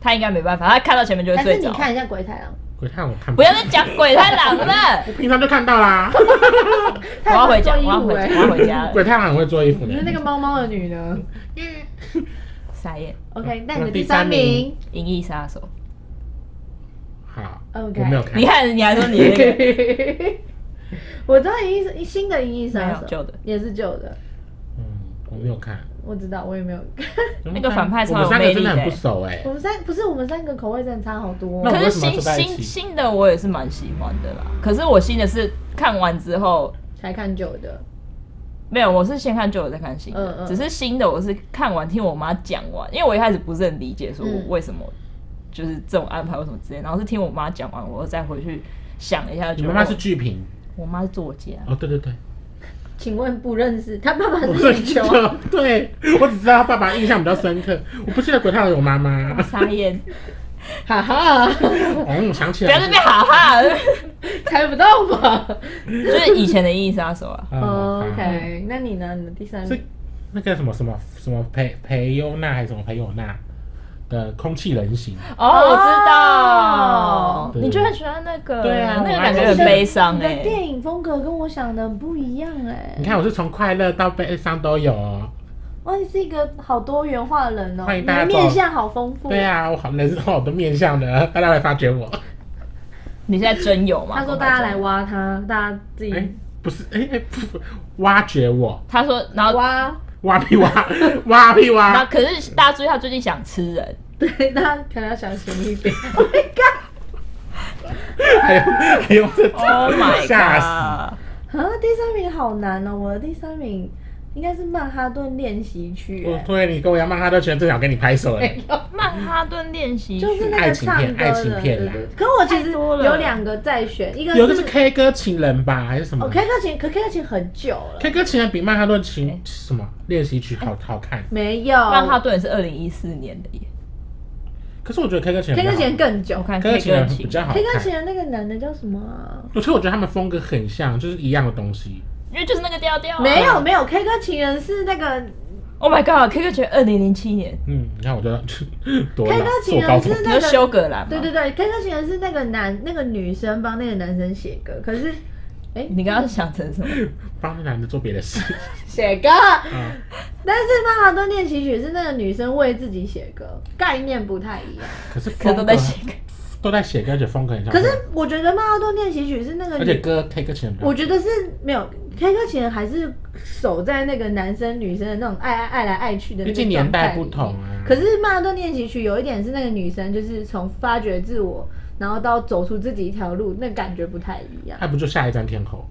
S3: 他应该没办法，他看到前面就》，会
S4: 还是
S3: 睡
S4: 你
S3: 着。
S4: 看一下《鬼太郎
S2: 鬼太郎我看
S3: 不
S2: 到
S3: 要再讲鬼太郎了，
S2: 我平常就看到啦。》？
S3: 我要回家，
S4: 做
S3: 我
S4: 衣
S3: 要
S4: 服
S3: 回
S4: 哎
S3: 家，我要回家 了。
S2: 鬼太郎很会做衣服的
S4: 你是。那个猫猫的女呢
S3: 傻眼，
S4: ？OK，那你的
S2: 第
S4: 第
S2: 三
S4: 三
S2: 名
S4: 名，
S3: 银翼杀手，
S2: 好，我
S4: OK
S2: 没有看
S3: 你。看你还说你那 个
S4: 我知道《银翼新的《银翼
S3: 没
S4: 杀
S3: 有
S4: 手》
S3: 旧的
S4: 也是旧的，
S2: 嗯，我没有看。
S4: 我知道，我也没有看。
S2: 那
S3: 个反派
S2: 我
S3: 超有
S2: 们三个
S3: 魅
S2: 真
S3: 力
S2: 的
S3: 的
S2: 很不熟哎
S4: 我。们三不是我们三个口味真的差好多
S2: 那我
S4: 哦、
S2: 们
S3: 可是
S2: 为什么要
S3: 新
S2: 坐在一
S3: 新
S2: 起
S3: 新的我也是蛮喜欢的啦。可是我新的是看完之后
S4: 才看旧的。
S3: 没有，我是先看旧的再看新的，
S4: 嗯嗯
S3: 只是新的我是看完听我妈讲完，因为我一开始不是很理解说
S4: 嗯
S3: 为什么就是这种安排为什么之类，然后是听我妈讲完，我再回去想了一下，
S2: 你
S3: 就哦
S2: 妈妈是剧评
S3: 我妈是作 家，
S2: 哦，对对对，
S4: 请问不认识他爸爸
S2: 我
S4: 是啊球
S2: 记得 对我只知道爸爸印象比较深刻，我不记得鬼太郎有妈妈。哦
S3: 傻眼，
S4: 哈哈，
S2: 嗯，想起
S3: 不
S2: 来
S3: 要
S2: 了。
S3: 这边哈哈，
S4: 猜不到吧、
S3: 就是以前的《银翼杀手》啊，
S4: 哦
S2: 嗯
S4: o
S2: 好
S4: k 那你呢？你的第三
S2: 是
S4: 名
S2: 那个什么什么什么培培优娜还是什么培友娜的空气人形，
S4: 嗯
S3: 哦，我知道，
S2: 对
S3: 你就很喜欢那个，
S2: 对啊
S3: 那
S2: 我
S3: 个
S2: 还
S3: 感觉
S2: 记
S3: 很
S2: 得
S3: 悲伤
S4: 你
S3: 哎、
S4: 的电影风格跟我想的不一样哎、
S2: 你看我是从快乐到悲伤都有哦。
S4: 哇，你是一个好多元化的人哦、
S2: 欢迎
S4: 你
S2: 大家
S4: 的
S2: 走
S4: 面相好丰富。哦
S2: 对啊，我好人生好多面向的， 大家来发掘我。
S3: 你是在真有吗？
S4: 他说大家来，挖他，大家自己、
S2: 哎，不是，哎哎，不，挖掘我，
S3: 他说，然后
S4: 挖，
S2: 挖屁挖，挖屁
S3: 然后
S2: 挖。
S3: 可是大家注意，他最近想吃人，
S4: 对，大家可能要小心一 点。
S2: Oh 还有还有这
S3: Oh my
S2: 吓死！
S3: god！
S4: 啊，第三名好难哦、我的第三名应该是曼哈顿练习区、
S2: 我
S4: 哎
S2: 对你跟我一样，曼哈顿全正想跟你拍手了。
S3: 曼哈顿练习
S4: 就是那
S2: 爱
S4: 个
S2: 情
S4: 唱
S2: 片
S4: 歌
S2: 爱
S4: 的，
S2: 情
S4: 对
S2: 片
S4: 对
S2: 啦
S4: 对。可我其
S3: 太
S4: 实
S3: 多了
S4: 有两个在选，一个
S2: 有一个是 K 歌情人吧，还是什么
S4: 哦 K 歌情，可 K 歌情很久了，
S2: ？K 歌情人比曼哈顿情
S3: 哎
S2: 什么练习曲
S4: 哎
S2: 好好看，
S4: 没有
S3: 曼哈顿也是二零一四年的耶，
S2: 可是我觉得 K 歌情
S4: K
S2: 人
S4: 歌
S2: 比较
S4: 情
S2: 好
S4: 更久
S3: 我。看
S2: K 歌
S3: K
S2: 情人
S3: 歌
S2: 比
S3: 情，
S2: 较好
S4: K 歌
S2: 看。
S4: 情的那个男的叫什么啊？
S2: 我觉得我觉得他们风格很像，就是一样的东西。
S3: 因为就是那个调
S2: 哦
S3: 调啊。
S4: 没有没有，K 歌情人是那个
S3: ，Oh my god！K 歌情二零零七年，
S2: 嗯，你看我就 多老
S4: K 歌，
S2: 是我
S4: 情
S2: 高
S4: 人
S2: 中
S4: 是。
S3: 你
S4: 那
S3: 说
S4: 个
S3: 修格兰吗？
S4: 对对对，K 歌情人是那个男那个女生帮那个男生写歌，可是哎
S3: 你刚刚想成 什么？
S2: 帮那男的做别的 事。
S4: 写歌，
S2: 啊，
S4: 但是曼哈顿练习曲是那个女生为自己写歌，概念不太一样。
S2: 可是
S3: 可
S2: 风格
S3: 是都在写歌，
S2: 都在写歌，而且风格很像。
S4: 可是我觉得曼哈顿练习曲是那个
S2: 嗯而且嗯
S4: 女
S2: 歌 K 歌情人比较好
S4: 我觉得是没有，K 歌情人还是守在那个男生女生的那种爱爱爱来爱去的那
S2: 毕
S4: 个
S2: 竟年代
S4: 状态里
S2: 不同啊
S4: 可是曼哈顿练习曲有一点是那个女生就是从发掘自我然后到走出自己一条路，那感觉不太一样，
S2: 那不就下一站天后？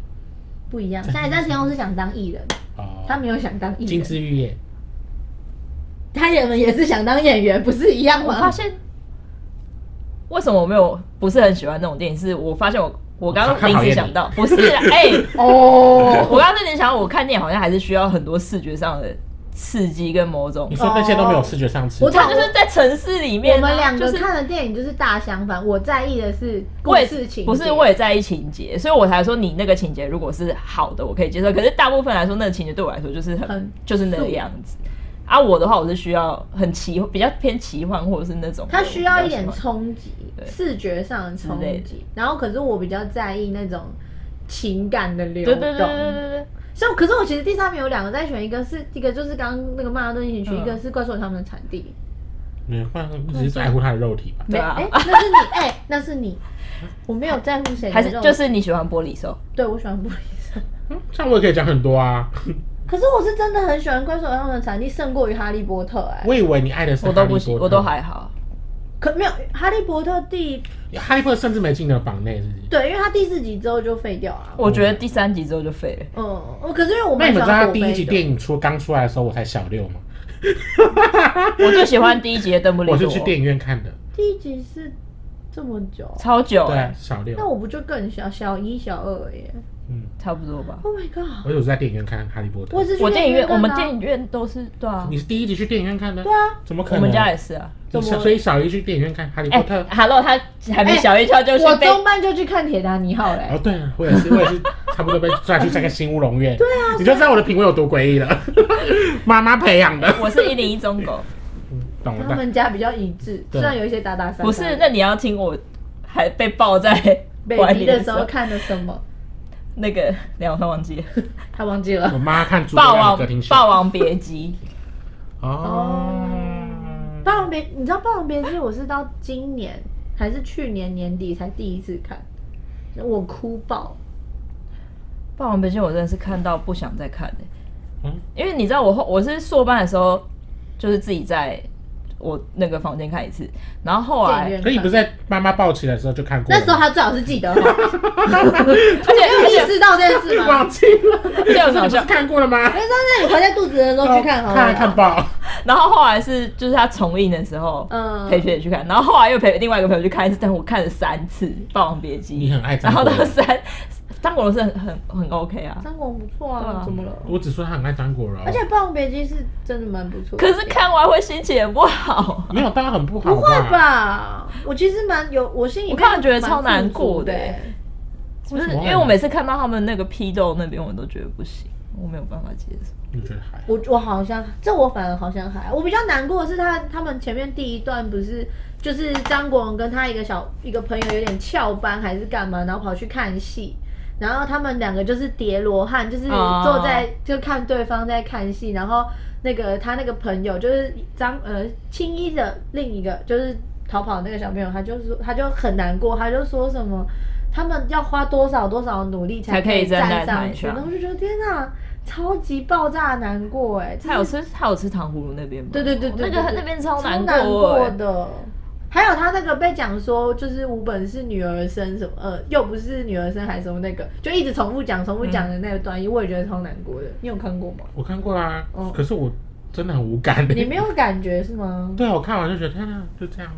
S4: 不一样。下一站天后是想当艺人，
S2: 哦，
S4: 他没有想当艺
S2: 金
S4: 人，
S2: 枝玉叶，
S4: 他也们也是想当演员，不是一样
S3: 我发
S4: 吗？
S3: 现为什么我没有不是很喜欢那种电影，是我发现我我刚刚临时想到，不是 啦，哎、
S4: 哦，
S3: 我刚刚在想，我看电影好像还是需要很多视觉上的刺激跟某种
S2: 你，说那些都没有视觉上吃
S4: 哦我懂
S3: 他就是在城市里面啊、
S4: 我们两
S3: 就
S4: 个
S3: 是
S4: 看的电影就是大相反，我在意的是故
S3: 我也
S4: 事情节，
S3: 不是我也在意情节，所以我才说你那个情节如果是好的，我可以接受。可是大部分来说，那个情节对我来说就是很
S4: 很
S3: 就是那个样子。啊，我的话我是需要很奇，比较偏奇幻或者是那种，
S4: 它需要一点
S3: 我比较喜欢
S4: 冲击，
S3: 对
S4: 视觉上的冲
S3: 之类的
S4: 击。然后，可是我比较在意那种情感的流
S3: 对
S4: 动。
S3: 对对对对对，
S4: 像，可是我其实第三名有两个在选，一个是一个就是刚刚那个曼哈顿一起去，
S3: 嗯
S4: 一个是怪兽与他们的产地。
S2: 没有，换只是在乎他的肉体吧。
S3: 对啊
S4: 哎、那是你，哎、那是你，我没有在乎谁的
S3: 还是
S4: 肉
S3: 就是你喜欢玻璃兽，
S4: 对我喜欢布里斯。
S2: 嗯，这样我也可以讲很多啊。
S4: 可是我是真的很喜欢怪兽与他们的产地，胜过于哈利波特、哎，
S2: 我以为你爱的是
S3: 我
S2: 哈
S3: 都
S2: 利
S3: 不
S2: 波
S3: 喜，
S2: 特
S3: 我都还好。
S4: 可没有哈利波特第
S2: 哈利波特甚至没进了榜内，是不是？
S4: 对，因为他第四集之后就废掉了。
S3: 我觉得第三集之后就废了。
S4: 嗯，我可是因为我
S2: 那
S4: 蛮
S2: 你们
S4: 喜
S2: 知道
S4: 欢
S2: 他
S4: 火
S2: 第一集
S4: 杯的。
S2: 电影出刚出来的时候，我才小六吗？
S3: 我最喜欢第一集的邓布利
S2: 我
S3: 多，
S2: 是
S4: 哦
S2: 去电影院看的，
S4: 第一集是这么久，
S3: 超久、
S2: 对啊
S3: 欸，，
S2: 小
S4: 那
S2: 六，
S4: 我不就更小小一、小二耶
S2: 嗯，
S3: 差不多吧。
S4: ？Oh my god！
S2: 我有在电影院看哈利波特
S4: 我也。是去
S3: 我电影院，
S4: 院看的啊，
S3: 我们电影院都是对啊
S2: 你，是第一集去电影院看的？
S4: 对啊，
S2: 怎么可
S3: 我
S2: 能？
S3: 们家也是啊。
S2: 你小
S4: 怎么
S2: 所以小姨去电影院看哈利
S3: 哎、
S2: 波特。
S3: h e l l o 他还没小一跳就
S4: 哎我
S3: 是被、
S4: 中班就去看《铁达尼号》嘞
S2: 哦，。对啊，我也是，我也是差不多被抓去这个新乌龙 院。对啊，你就知道我的品味有多诡异了。妈妈培养的，
S3: 我是一零一中狗，
S2: 懂了
S4: 嗯他
S2: 吧？
S4: 们家比较一致，
S2: 对
S4: 虽然有一些打打杀杀。
S3: 不是？那你要听我还被抱在怀
S4: baby
S3: 里
S4: 的时
S3: 时
S4: 候看的什么？
S3: 那个，两我突然忘记了，
S4: 他忘记
S2: 我
S4: 了。
S2: 妈看《
S3: 《
S2: 朱
S3: 霸
S4: 啊
S2: 葛亮
S3: 王
S2: 的歌厅秀》
S3: 霸王别 姬
S2: 哦，
S4: 霸王别，你知道《霸王别姬》我是到今年还是去年年底才第一次看，我哭爆。》，
S3: 《霸王别姬》我真的是看到不想再看的、欸
S2: 嗯
S3: 因为你知道我后我是硕班的时候，就是自己在我那个房间看一次，然后后
S4: 电
S3: 来
S4: 影院
S2: 可你不是
S4: 看。
S2: 在妈妈抱起来的时候就看过
S4: 那
S2: 了吗？
S4: 时候他最好是记 得哦，
S3: 而且
S4: 没有意识到这件 事吗？
S2: 忘记了，
S3: 而且很
S2: 你
S3: 搞
S2: 不是
S3: 笑。
S2: 看过了吗？
S4: 因为那你怀在肚子的时候去看
S3: 哦
S4: 好了。
S2: 看看爆，
S3: 然后后来是就是他重映的时候，
S4: 嗯
S3: 陪学姐去看，然后后来又陪另外一个朋友去看一次，但我看了三次《霸王别姬》，
S2: 你很爱张
S3: 然后
S2: 国
S3: 到
S2: 荣。
S3: 三，张国荣是很很很 OK 啊，
S4: 张国荣不错
S3: 对啊，
S4: 啊怎么了？
S2: 我只说他很爱张国荣，
S4: 而且《霸王别姬》是真的蛮不错的，
S3: 可是看完会心情也不好，
S2: 没有，当然很不好。
S4: 不会？吧？我其实蛮有，我心里面
S3: 我看了觉得超难过的
S4: 蛮
S3: 欸
S4: 富足
S3: 不
S2: 什
S3: 是
S2: 么啊
S3: 因为我每次看到他们那个批斗那边，我都觉得不行，我没有办法接受。
S2: 你觉得还好？
S4: 我我好像这我反而好像还我比较难过的是他他们前面第一段不是就是张国荣跟他一个小一个朋友有点翘班还是干嘛，然后跑去看戏。然后他们两个就是叠罗汉，就是
S3: 哦
S4: 坐在、就看对方在看戏，然后那个他那个朋友就是张呃青衣的另一个就是逃跑那个小朋友，他就说他就很难过，他就说什么他们要花多少多少努力
S3: 才可
S4: 可
S3: 以
S4: 以
S3: 站在台
S4: 站上去，
S3: 上
S4: 然后我就觉得天哪，超级爆炸难过哎，
S3: 他有吃他有吃糖葫芦那边吗？
S4: 对对对对，
S3: 那个
S4: 对
S3: 那边超难
S4: 难
S3: 过欸
S4: 的。还有他那个被讲说，就是吴本是女儿身什么，呃，又不是女儿身还是什么那个，就一直重复讲、重复讲的那个段音，我也觉得超难过的。你有看过吗？
S2: 我看过啦
S4: 哦，
S2: 可是我真的很无感。
S4: 你没有感觉是吗？
S2: 对啊，我看完就觉得天哪，就这样。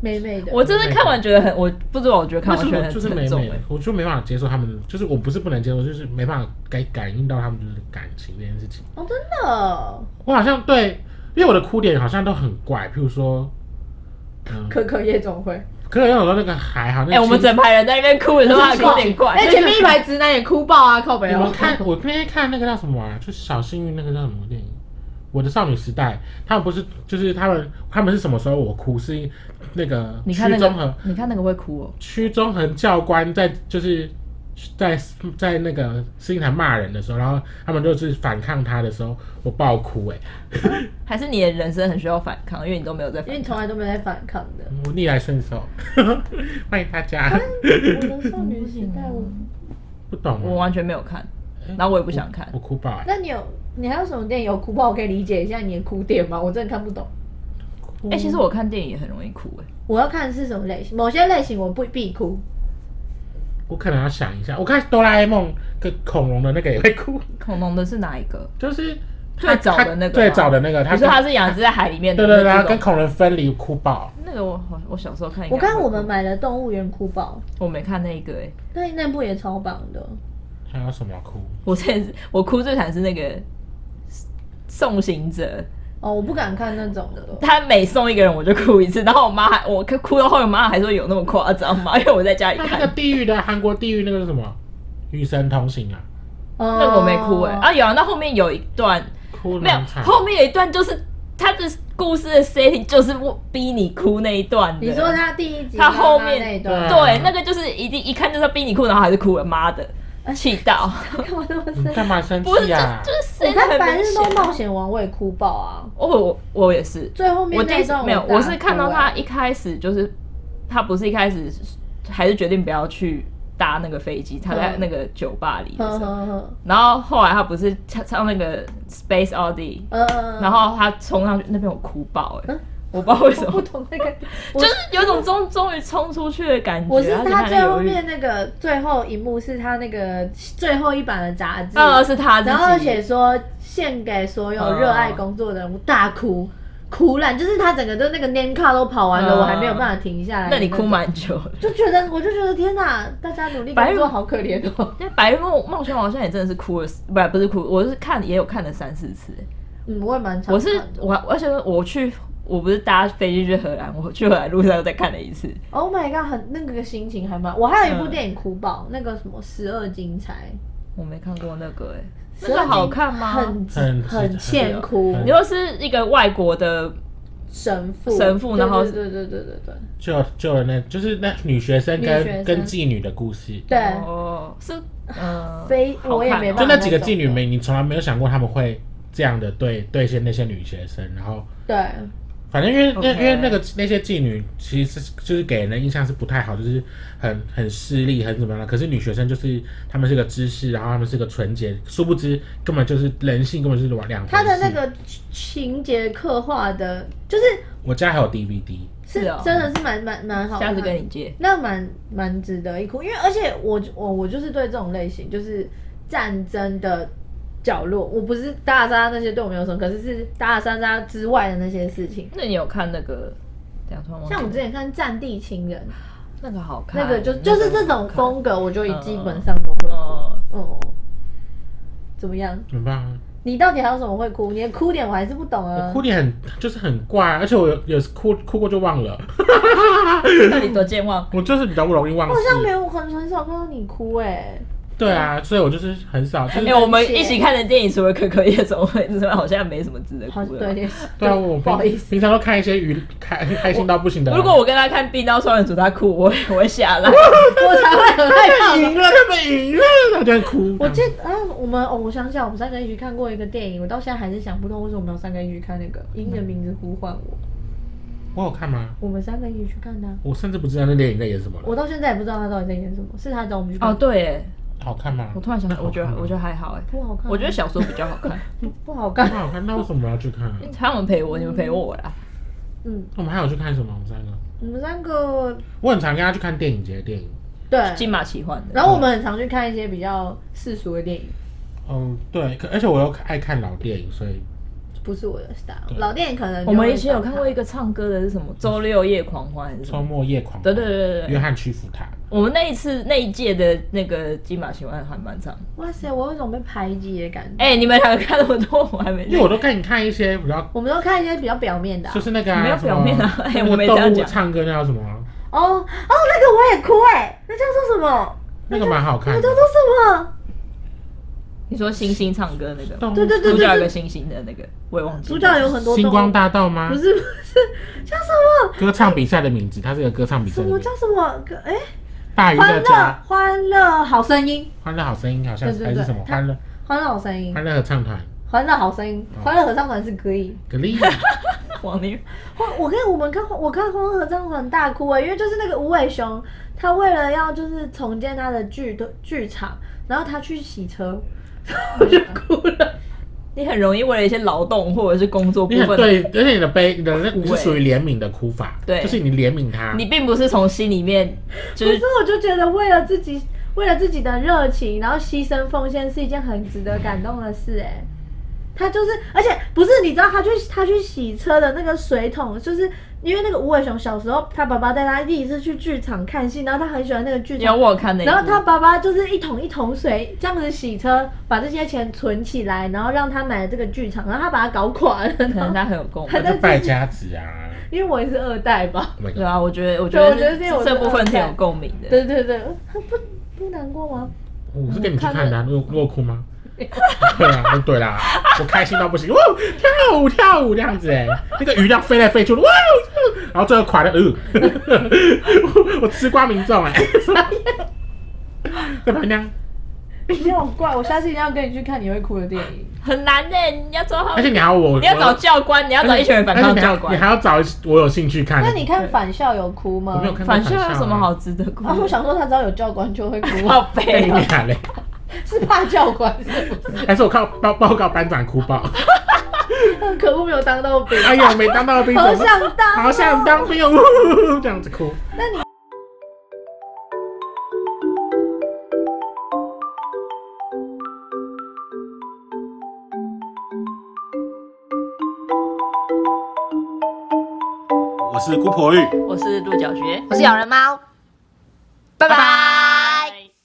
S4: 美美的，
S3: 我真的看完觉得很，我不知道，我觉得看
S2: 但
S3: 完
S2: 是
S3: 觉得
S2: 我
S3: 很
S2: 就是啊
S3: 沉
S2: 美
S3: 重
S2: 美
S3: 欸
S2: 的，我就没办法接受他们的，就是我不是不能接受，就是没办法感感应到他们就是感情这件事情。
S4: 哦，真的，
S2: 我好像对，因为我的哭点好像都很怪，譬如说，嗯，
S4: 可可夜总会，
S2: 可能有时候那个还好。那
S3: 哎、
S2: 个
S3: 我们
S2: 亲
S3: 整排人在那边哭，你说他
S4: 是
S3: 啊有点怪。
S4: 哎，前面一排直男也哭爆啊，靠北
S2: 你
S4: 哦
S2: 们。看，我那天看那个叫什么啊，就是小幸运那个叫什么电影，《我的少女时代》，他们不是就是他们他们是什么时候我哭？是因那个
S3: 你
S2: 屈
S3: 看那
S2: 中恒
S3: 个，，你看那个会哭哦。
S2: 屈中恒教官在就是在在那个司令台骂人的时候，然后他们就是反抗他的时候，我爆哭哎、
S3: 还是你的人生很需要反抗，因为你都没有在
S4: 因
S3: 反
S4: 为你
S3: 抗。
S4: 从来都没有在反抗的。
S2: 我逆来顺受， 欢迎大家。
S4: 我的少女时代，我，
S2: 不懂
S3: 嗯我
S2: 啊，
S3: 完全没有看，然后我也不想看
S2: 我。哭爆哎、
S4: 那你有你还有什么电影有哭爆？我可以理解一下你的哭点吗？我真的看不懂。
S2: 哭
S3: 哎、其实我看电影也很容易哭哎、
S4: 我要看是什么类型，某些类型我不必哭，
S2: 我可能要想一下。我看哆啦 A 梦跟恐龙的那个也会哭，
S3: 恐龙的是哪一个？
S2: 就是他
S3: 最早的那个吗
S2: 他最早的那个，
S3: 你说
S2: 跟
S3: 它是养殖在海里面的
S2: 对
S3: 那
S2: 对
S3: 种，
S2: 对，他跟恐龙分离哭爆。
S3: 那个我好，我小时候看应该
S4: 我
S3: 会哭，
S4: 看我们买的《动物园哭爆
S3: 我没看那一个哎、》，
S4: 那那部也超棒的。
S2: 还有什么要哭？
S3: 我之前是我哭最惨是那个送行者，
S4: 哦，我不敢看那种的。
S3: 他每送一个人我就哭一次，然后我妈还我哭到后来，我妈还说有那么夸张吗？因为我在家里
S2: 他那个
S3: 看，
S2: 地狱的韩国地狱那个是什么？与神同行啊，
S4: 哦
S3: 那个我没哭哎、啊，有啊，那后面有一段
S2: 哭
S3: 没有
S2: 难，惨。
S3: 后面有一段就是他的故事的 setting 就是逼你哭那一段的
S4: 你说他第一集
S3: 他后
S4: 妈妈
S3: 面
S4: 那一段，
S3: 对，那个就是一定一看就是要逼你哭，然后还是哭了，妈的，气到
S4: 干嘛那么
S2: 你
S4: 生哎气？啊
S2: 干嘛生
S3: 不是
S2: 气啊
S3: 就
S2: 呀、
S3: 就是
S4: 我
S3: setting
S4: 看《
S3: 啊很
S4: 白
S3: 明
S4: 日梦
S3: 显啊
S4: 冒险王》我也哭爆啊，
S3: 哦我我也是，
S4: 最后面
S3: 我
S4: 那
S3: 那
S4: 一段
S3: 没有，
S4: 大哭
S3: 我是看到他
S4: 哎
S3: 一开始就是他不是一开始还是决定不要去搭那个飞机，他在
S4: 嗯
S3: 那个酒吧里的
S4: 呵
S3: 时候，
S4: 呵呵，
S3: 然后后来他不是唱唱那个 Space Oddity，
S4: 呃，
S3: 然后他冲上去那边我哭爆哎、
S4: 嗯
S3: 我不知道为什
S4: 我
S3: 么
S4: 不，懂那个，我
S3: 就是有种终终于冲出去的感觉。
S4: 我是
S3: 然后就
S4: 他
S3: 看
S4: 最后
S3: 犹豫
S4: 面那个最后一幕是他那个最后一版的杂志，
S3: 呃是他自己，
S4: 然后写说献给所有热爱
S3: 哦
S4: 工作的人，我大哭哭烂，就是他整个都那个 name card 都跑完了，
S3: 嗯
S4: 我还没有办法停下来。
S3: 那你哭？蛮久 的。
S4: 就觉得我就觉得天哪，大家努力
S3: 白
S4: 工
S3: 日
S4: 作好可怜哦。
S3: 那《白日梦冒险王》好像也真的是哭了，不不是哭，我是看也有看了三四次。
S4: 嗯，我也蛮常
S3: 我是
S4: 看的
S3: 我，而且我去，我不是搭飞机去荷兰，我去荷兰路上又再看了一次。
S4: Oh my god，很那个心情还蛮。我还
S3: 嗯
S4: 有一部电影哭爆，那个什么《十二金钗
S3: 我没看过那个、欸，
S4: 十
S3: 那个
S4: 二金
S3: 好看吗？》，
S4: 很
S2: 很
S4: 很欠哭
S2: 很
S3: 你说是一个外国的，
S4: 神父
S3: 神父
S4: 对
S3: 然后
S4: 对对对对对对
S2: 救救了那，就是那女学生跟
S4: 女学生
S2: 跟妓女的故事。
S4: 对，
S3: 哦，是嗯，
S4: 非
S3: 好看哦
S4: 我也没办法
S2: 就啊那几个妓女
S4: 种
S2: 们，你从来没有想过他们会这样的对对些那些女学生，然后
S4: 对
S2: 反正因为那
S3: OK
S2: 因为那个那些妓女其实是就是给人的印象是不太好，就是很很势利，很怎么样的。可是女学生就是她们是个知识，然后她们是个纯洁，殊不知根本就是人性根本就是两两回事。
S4: 他的那个情节刻画的，就是
S2: 我家还有 DVD，
S4: 是
S3: 是哦
S4: 真的是蛮蛮蛮好
S3: 下
S4: 看
S3: 次
S4: 的。
S3: 跟你借。
S4: 那蛮蛮值得一哭，因为而且我我我就是对这种类型，就是战争的角落，我不是打打杀杀那些对我没有什么，可是是打打杀杀之外的那些事情。
S3: 那你有看那个？讲突然忘记
S4: 像我之前看《战地情人》，
S3: 那个好看，
S4: 那个就就是这
S3: 好
S4: 种
S3: 看
S4: 风格，我就基本上都会哭。
S3: 哦，
S4: 哦，怎么样？
S2: 怎么办啊？
S4: 你到底还有什么会哭？你的哭点我还是不懂
S2: 我
S4: 啊
S2: 哭。点很就是很怪，啊而且我有有哭哭过就忘 了，
S3: 那你多健忘。
S2: 我就是比较容易忘
S4: 我好像没
S2: 事。
S4: 有很很少看到你哭哎、
S2: 对啊，所以我就是很少，就是
S3: 哎、我们一起看的电影除了可可夜总会之外，好像没什么值得
S4: 好
S3: 哭的。
S4: 对，也是
S2: 对啊，我
S4: 不好意
S2: 平
S4: 思。
S2: 平常都看一些娱开开心到不行的啊。
S3: 如果我跟他看《冰刀双人组》，他哭，我会 我会下来。
S4: 我才会很害
S2: 他
S4: 怕
S2: 们
S4: 吧。
S2: 赢了，他们赢了，他就在哭。
S4: 我记得啊，我们哦，我想起来，我们三个一起看过一个电影，我到现在还是想不通为什么我们要三个一起看那个《因你的名字呼唤我》，
S2: 我有看吗？
S4: 我们三个一起去看的啊、
S2: 我甚至不知道那电影在演什么了。
S4: 我到现在也不知道他到底在演什么，是他找我们去看
S3: 哦，
S4: 的，
S3: 对耶，
S2: 好看吗？
S3: 我突然想 到，我觉得我觉得还好哎，
S4: 不好看啊，
S3: 我觉得小说比较好 看。
S4: 不好看
S2: 不，好看，那为什么要去 看啊？
S3: 他们陪我，你们陪我啊啦。
S4: 嗯，
S2: 我们还有去看什么？我们三个，
S4: 我们三个
S2: 我很常跟他去看电影节的电影。
S4: 对，
S3: 金马奇幻的，
S4: 然后我们很常去看一些比较世俗的电影，
S2: 嗯，对，可而且我又爱看老电影，所以
S4: 不是我的 style，
S2: 对
S4: 老电影可能就
S3: 我
S4: 会
S3: 们以前有看
S4: 少
S3: 过一个唱歌的是什么《周六夜狂欢》还是什
S2: 周
S3: 么？
S2: 末夜狂欢
S3: 对对对对对
S2: 约翰屈服他。
S3: 我们那一次那一届的那个金马奇幻还蛮长。
S4: 哇塞，我有一种被排挤的感觉，
S3: 哎，你们两个看那么多，我还没
S2: 因为。我都看你看一些比较，
S4: 我们都看一些比较表面的啊、
S2: 就是那个啊
S3: 没有表面啊
S2: 什么
S3: 哎
S2: 那个
S3: 我没这样
S2: 动物
S3: 讲
S2: 唱歌那叫什么？
S4: 哦哦，那个我也哭哎、那叫做什么？
S2: 那个蛮好看
S4: 那
S2: 的
S4: 叫。做什么？
S3: 你说星星唱歌那个，
S2: 动物
S4: 对对对
S3: 主
S4: 对
S3: 角有
S4: 对
S3: 个，星星的那个，我也忘记了。
S4: 主角有很多
S2: 星
S4: 动物
S2: 光大道吗
S4: 不？是不是，叫什么
S2: 歌唱比赛的名字，它是一个歌唱比赛
S4: 什
S2: 的
S4: 么
S2: 名字
S4: 叫。什么？个哎，
S2: 大娱
S4: 欢
S2: 乐
S4: 乐
S2: 家，
S4: 欢乐好声音，
S2: 欢乐好声音好像是
S4: 对对
S2: 还是
S4: 对
S2: 什么
S4: 它
S2: 欢乐
S4: 欢乐好声音
S2: 欢，乐合唱团，
S4: 欢乐好声
S2: 哦
S4: 音，欢乐合唱团是可以。
S2: 格力。
S3: 王力宏
S4: 欢，我跟我们看我看欢乐合唱团大哭哎、因为就是那个无尾熊，他为了要就是重建 他的剧的剧场，然后他去洗车，我就哭了。
S3: 你很容易为了一些劳动或者是工作部
S2: 你很
S3: 分，
S2: 对，而且你的悲，你的你是
S3: 欸
S2: 属于怜悯的哭法，
S3: 对
S2: 就是你怜悯他，
S3: 你并不是从心里面就
S4: 可
S3: 是
S4: 是我就觉得为了自己，为了自己的热情，然后牺牲奉献是一件很值得感动的事、哎。他就是，而且不是，你知道，他去他去洗车的那个水桶，就是因为那个无尾熊小时候，他爸爸带他第一次去剧场看戏，然后他很喜欢那个剧
S3: 有
S4: 场，
S3: 我有看那一
S4: 然后
S3: 幕
S4: 他爸爸就是一桶一桶水这样子洗车，把这些钱存起来，然后让他买了这个剧场，然后他把它搞垮了，
S3: 可能他很有共
S4: 他
S3: 鸣
S4: 在。
S2: 是败家子 啊。
S4: 因为我也是二代吧，
S2: Oh my
S3: 对
S2: god！
S3: 啊，我觉得，我觉
S4: 对
S3: 得
S4: 我觉得
S3: 是
S4: 这有
S3: 这部分
S4: 这
S3: 挺
S4: 个
S3: 有共鸣的。
S4: 对对对，不不难过吗？
S2: 我是跟你去看的啊，落落哭 吗？对啊，对啦，我开心到不行，哇，跳舞跳舞这样子哎，那个鱼这样飞来飞去，哇，然后最后垮了，呃， 我我吃瓜民众 哎，在旁边那样，
S4: 你好怪，我下次一定要跟你去看你会哭的电影。
S3: 很难的，你要抓好
S2: 而，且你还要我，
S3: 你要找教官，你要找一群人反抗
S2: 而且你还
S3: 教
S2: 你
S3: 官。
S2: 还要找我有兴趣看的，
S4: 那你看返校有哭吗？
S2: 我没有看过
S3: 反校有什么好
S2: 啊？
S3: 值得哭
S4: 啊，？我想说他只要有教官就 会哭，
S3: 好
S2: 哎
S3: 悲
S2: 你
S3: 哦，
S2: 俩嘞？
S4: 是怕教官是不是？
S2: 还是我靠报报告班长哭爆？
S4: 很 可恶，没有当到兵，
S2: 哎呀，没当到兵，
S4: 好
S2: 怎么
S4: 想当，啊
S2: 好想。当兵哦，这样子哭。
S5: 我是姑婆玉。
S3: 我是鹿角蕨。
S1: 我是咬人猫，拜拜。